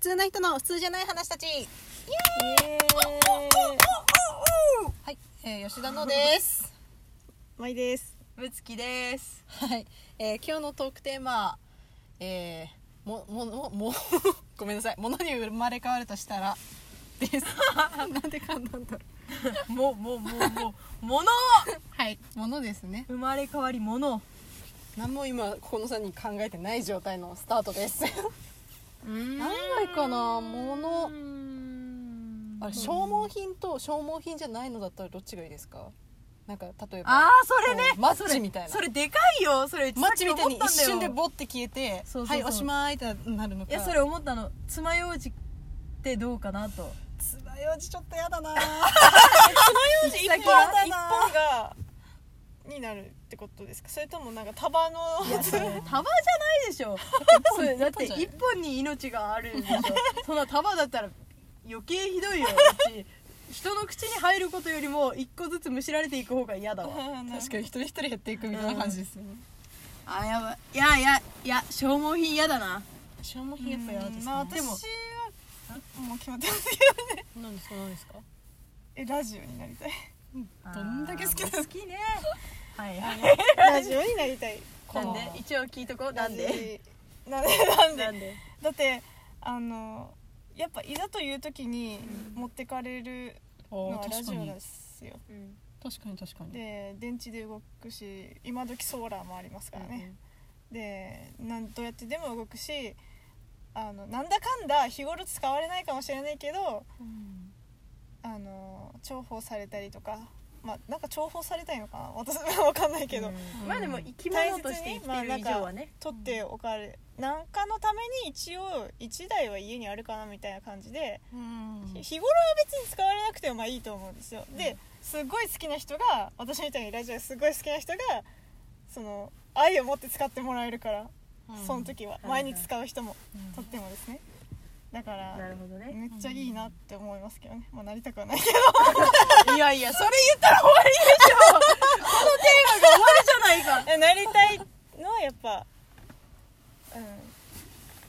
通な人の普通じゃない話たちイエーイはい、えー吉田のですまいです。ぶつきです。はい、えー今日のトークテーマえーもももも ごめんなさい物に生まれ変わるとしたらです なんで噛んだんだろうもうもうもうもう物はい物ですね生まれ変わり物。何も今この3人考えてない状態のスタートです何何がいいか な物ああれ消耗品と消耗品じゃないのだったらどっちがいいですかなんか例えばあーそれねこ。うマッチみたいなそれでかいよ。それうちマさっッきチみたいに思った一んだよ瞬でボッて消えてそうそうそはういおしまいってなるのかいやそれ思ったの。爪楊枝ってどうかなと。つまようじちょっとやだな一先本はが一本がになるってことですか。それともなんか束の束 じゃないで しょ。それだって一本に命があるん でしょ。そんな束だったら余計ひどいよ。うち人の口に入ることよりも一個ずつむしられていく方が嫌だわ。確かに一人一人減っていくみたいな感じですよね、あやばいいやいやいや消耗品嫌だな消耗やっぱやです、ね。まあ私でもはもう決まってますよね。何ですか何ですかえラジオになりたい。どんだけ好きです好きねはいはいラジオになりたい。なんで一応聞いとこうなんでラジ？なんでなんでなんでだってあのやっぱいざという時に持ってかれるのあーはラ確かジオにですよ。確かに確かにで電池で動くし今時ソーラーもありますからね。でなんどうやってでも動くしあのなんだかんだ日頃使われないかもしれないけどあの重宝されたりとかまあなんか重宝されたいのかな私はわかんないけど、うんまあでも生き物として生きてる以上はね取っておかれなんかのために一応1台は家にあるかなみたいな感じで、うんひ日頃は別に使われなくてもまあいいと思うんですよ、ですごい好きな人が私みたいにラジオすごい好きな人がその愛を持って使ってもらえるから、その時はうん前に使う人もうんとってもですねだからなるほどねめっちゃいいなって思いますけどね、まあ、なりたくはないけどいやいやそれ言ったら終わりでしょ このテーマが終わりじゃないかなりたいのはやっぱうん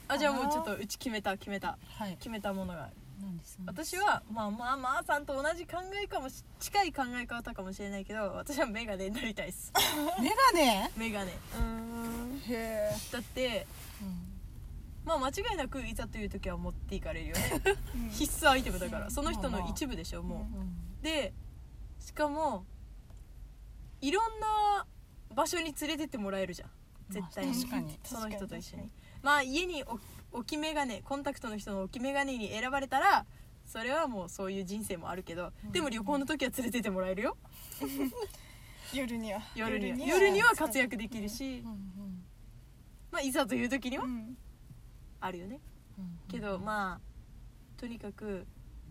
あじゃあもうちょっとうち決めた決めたはい決めたものがある何ですか私はまあまあまあさんと同じ考えかもし近い考え方かもしれないけど私はメガネになりたい ですメガネメガネうんへえだってまあ間違いなくいざという時は持っていかれるよ ね必須アイテムだからその人の一部でしょもうでしかもいろんな場所に連れてってもらえるじゃん絶対に,、まあ確かにその人と一緒確かににまあ家に置置き眼鏡コンタクトの人の置き眼鏡に選ばれたらそれはもうそういう人生もあるけど、でも旅行の時は連れてってもらえるよ夜には夜には夜には活躍できるし、うんまあ、いざという時にはうんあるよね、うんけどまあとにかく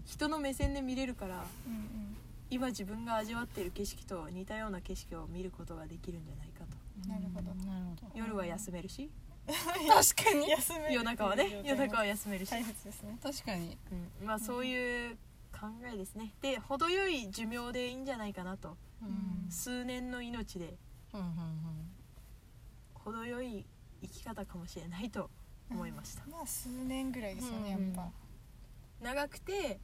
人の目線で見れるからうん今自分が味わっている景色と似たような景色を見ることができるんじゃないかとなるほどなるほど夜は休めるし確かに休める夜中はね夜中はは休めるし、大切ですね確かにうんまあそういう考えですねで程よい寿命でいいんじゃないかなとうん数年の命でうんうんうん程よい生き方かもしれないと思いましたまあ数年ぐらいですよねやうっんぱ長くて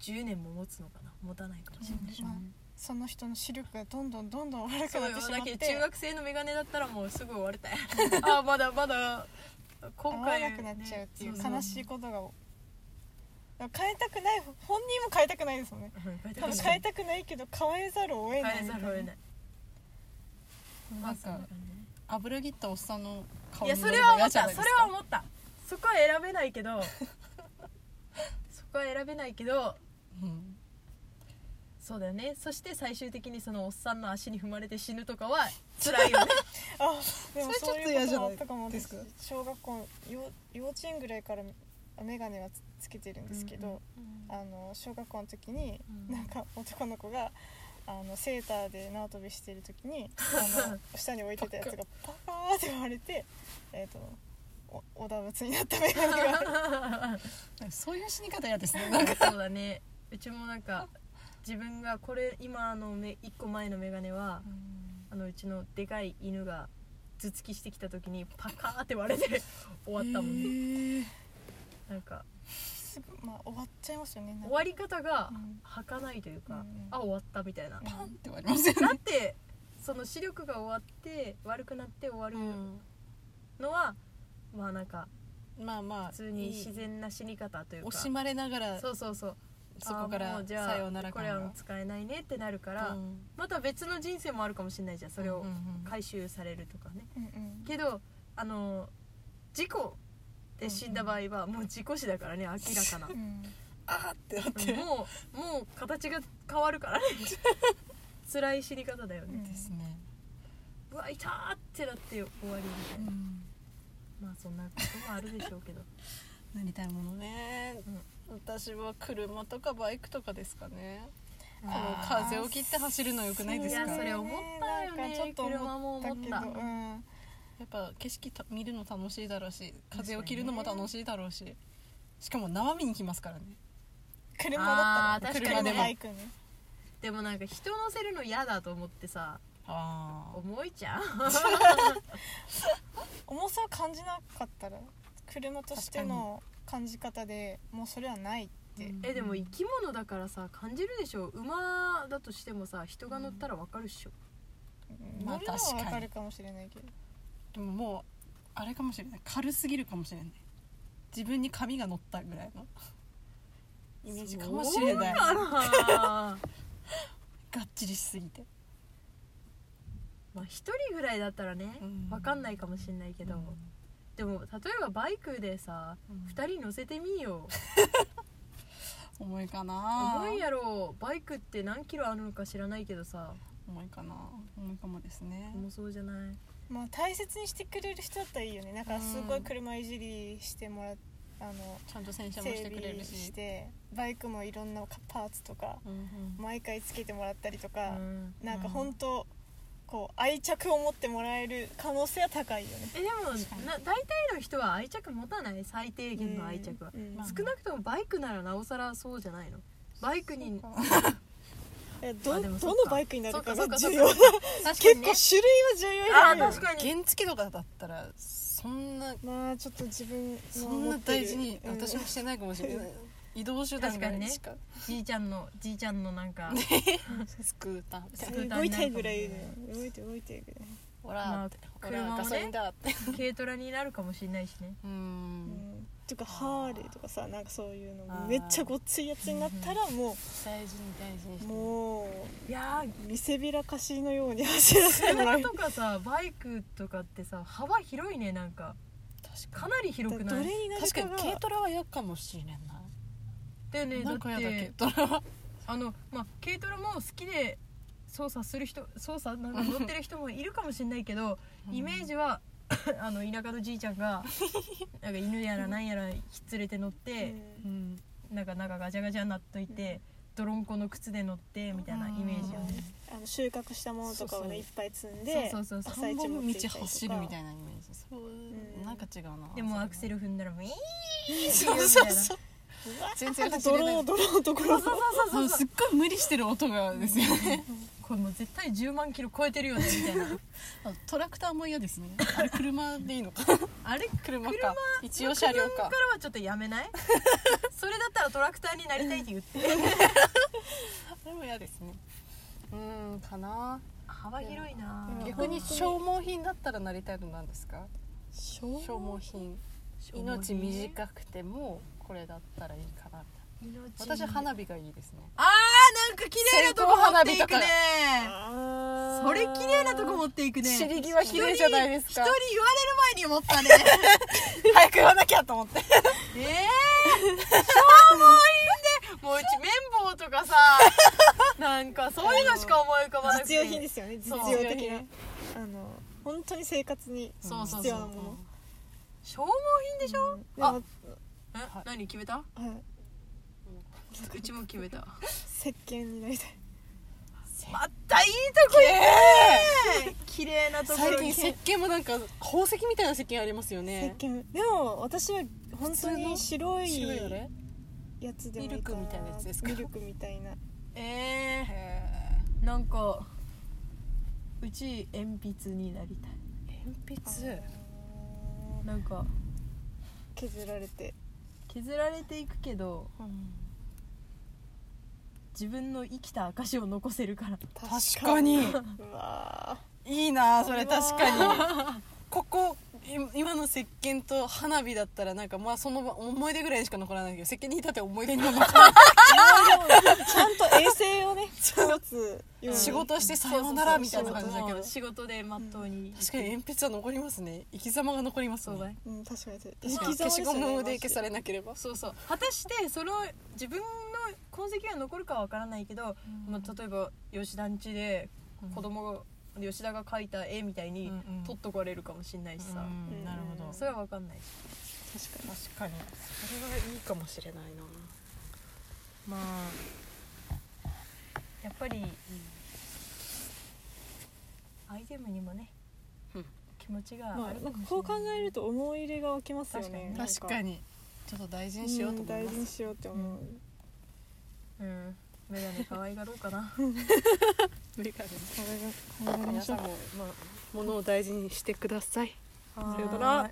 10年も持つのかな持たないかもしれないそうでしょうねその人の視力がどんどんどんどん悪そくうなよってしまだっけてど中学生のメガネだったらもうすぐ終わりたいあまだまだ合今わ回、なくなっちゃうっていうねそ悲しいことがだから変えたくない本人も変えたくないですもんね うん変え多た分く変なえいたくないけど変えざるを得変ないえざるを得ないまなあんそんなか感じね油切ったおっさんの顔いにや乗そるれのは思嫌っじゃたないでそすれは思ったそこは選べない けどそこは選べないけどかそうだよねそして最終的にそのおっさんの足に踏まれて死ぬとかは辛いよねあでもそれそうちょっいとう嫌こじゃなともいあったかもですか小学校幼幼稚園ぐらいから眼鏡はつつけてるんですけど、あの小学校の時に、うんなんか男の子があのセーターで縄跳びしてる時に あの下に置いてたやつがパカーって割れてえっ、とおおだぶつになった眼鏡が うんそういう死に方嫌ですねなんかそうだねうちもなんか自分がこれ今のめ一個前のメガネはあのうちのでかい犬が頭突きしてきた時にパカーって割れて終わったもんね、ねなんかすぐまあ終わっちゃいますよねなんか終わり方がうん儚かないというか、うんあ終わったみたいな、うんパンって割りますよねだってその視力が終わって悪くなって終わるのは、まあなんかまあまあ普通に自然な死に方というか惜しまれながらそうそうそうそこかあーもらうさじゃあようならこれはもう感使えないねってなるから、がうんまた別の人生もあるかもしれないじゃんそれうをんうん回収されるとかね、うんうんけどあの事故で死んだ場合はもう事故死だからね明ら かなうんあーってなっうんてもうもう形が変わ るからね辛い死に方だよね、ですねうわ痛ーってなって終わりみたいな、まあそんなこともあるでしょうけどなりたいものね私は車とかバイクとかですかねこあの風を切って走るのよくないですか いやそれや思ったよねなんかちょっと車も思った思けっどたうんっぱ景色た見るの楽しいだろうし風を切るのも確かにね楽しいだろうししかも生身に来ますからね車だあっーたら確かにね車バイクねでもなんか人乗せるの嫌だと思ってさあー重いじ ゃん重さを感じなかったら車としての感じ方でもうそれはないってえでも生き物だからさ感じるでしょ馬だとしてもさ人が乗ったらわかるっしょ、まあ乗るのは確かに分かるかもしれないけどでももうあれかもしれない軽すぎるかもしれない自分に髪が乗ったぐらいのイメージかもしれないそがうかなっちりしすぎてまあ一人ぐらいだったらねうんわかんないかもしれないけど、でも例えばバイクでさうん2人乗せてみよ重いかうな重いやろバイクって何キロあるのか知らないけどさ重いかな重いかもですね重そうじゃないまあ大切にしてくれる人だったらいいよねなんかすごういん車いじりしてもらっあのちゃんと洗車もし整てくれ備るししてバイクもいろんなパーツとかうんうん毎回つけてもらったりとうか、んなんうかん本当こう愛着を持ってもらえる可能性は高いよねえでも確かにな大体の人は愛着持たない最低限の愛着は、うんうんまあ少なくともバイクならなおさらそうじゃないのバイクにえあどでもそっかどのバイクになるかそがっかそ重っか要だ確か結にね構種類はあ重要ーだよ確かに原付とかだったらそんなまあちょっと自分のそん持なってる大事にうん私もしてないかもしれない移動手段がしかじいちゃんのじいちゃんのなんかスクーターみたいな確かにね動いたいぐらいだよ動いて動いてぐらい、ほらってまあほら車もねガソリンだって 軽トラになるかもしれないしねううんん、とかハーレーとかさなんかそういうのあーめっちゃごっついやつになったらも大事に大事にしうてもういやー見せびらかしのように走らせても らえるとかさバイクとかってさ幅広いねなんか確かかなり広くどなれいになにるか確かにが軽トラは嫌かもしれないだよねだなっんか嫌だて軽トラはあのまあ軽トラも好きで操作する人操作なんか乗ってる人もいるかもしれないけどイメージは あの田舎のじいちゃん がなんか犬やらなんやら連れて乗ってううんんなんか中ガチャガチャになっといて泥んこの靴で乗ってみたいなイメージよねあの収穫したものとかそをうそねういっぱい積んでそうそうそうそう朝三一持っ本て行ったり道とか走るみたいなイメージそううんなんか違うなでもアクセルル踏んだらウィーンって言そうみうたいそうなそううわ全な然んか走れな泥い泥のところ をあのすっごい無理してる音がですよねこれもう絶対10万キロ超えてるよねみたいな あトラクターも嫌ですねあれ車でいいのかあれ車車か一応車両車かからはちょっとやめない それだったらトラクターになりたいって言ってそれも嫌ですねうーんかな幅広いなうん逆に消耗品だったらなりたいのなんですか消消耗品命短くてもこれだったらいいかなみたいな私は花火がいいですねあーなんか綺麗なとこ持っていくねあーそれ綺麗なとこ持っていくね尻際綺麗じゃないですか人に言われる前に思ったね早く言わなきゃと思って えー、消耗品でもううち綿棒とかさ なんかそういうのしか思い浮かばなくて実用品ですよね実そう用的な実あの本当に生活にそうそうそ必う要なもの消耗品でしょ、でもあえはい何決めたはいうちも決めた石鹸になりたいまたいいとこ行くね綺麗なとこ最ろ近に石鹸もなんか宝石みたいな石鹸ありますよ石ね鹸でも私は本当に白い白いあれやつでもいいミルかクみたいなやつですかミルクみたいなえへー、なんかうち鉛筆になりたいえ鉛筆なんか削られて削られていくけどうん自分の生きた証を残せ るから確かにうわいいなそれうわ確かにここい今の石鹸と花火だったらなんかまあその思い出ぐらいしか残らないけど石鹸に至っては思い出に残らーちゃんと衛生を ね一つ用ない意仕事してさそうよそううなそらうみたいな感じだけどもう仕事でまっとうに確かに鉛筆は残りますね生き様が残りますそうだねねうん確かにそう消生き様ですしよゴねムでマジ消されなければそうそう果たしてその自分の痕跡が残るかは分からないけど、まあ、例えば吉田ん家で子供が吉田が描いた絵みたいにうんうん取っとかれるかもしれないしさ、うんなるほどそれは分かんないし確かに確かにそれはいいかもしれないなまあやっぱり、アイテムにもね、うん気持ちがまああるかなんかもしこうれ考ない、えると思い入れが湧きますよねなん確かにちょっと大事にしようとん思い大ま事にすしようって思う、うんメガネ可愛がろうかなメガネそれが考えま皆しょさうん もまあ物を大事にしてくださいはーいさようなら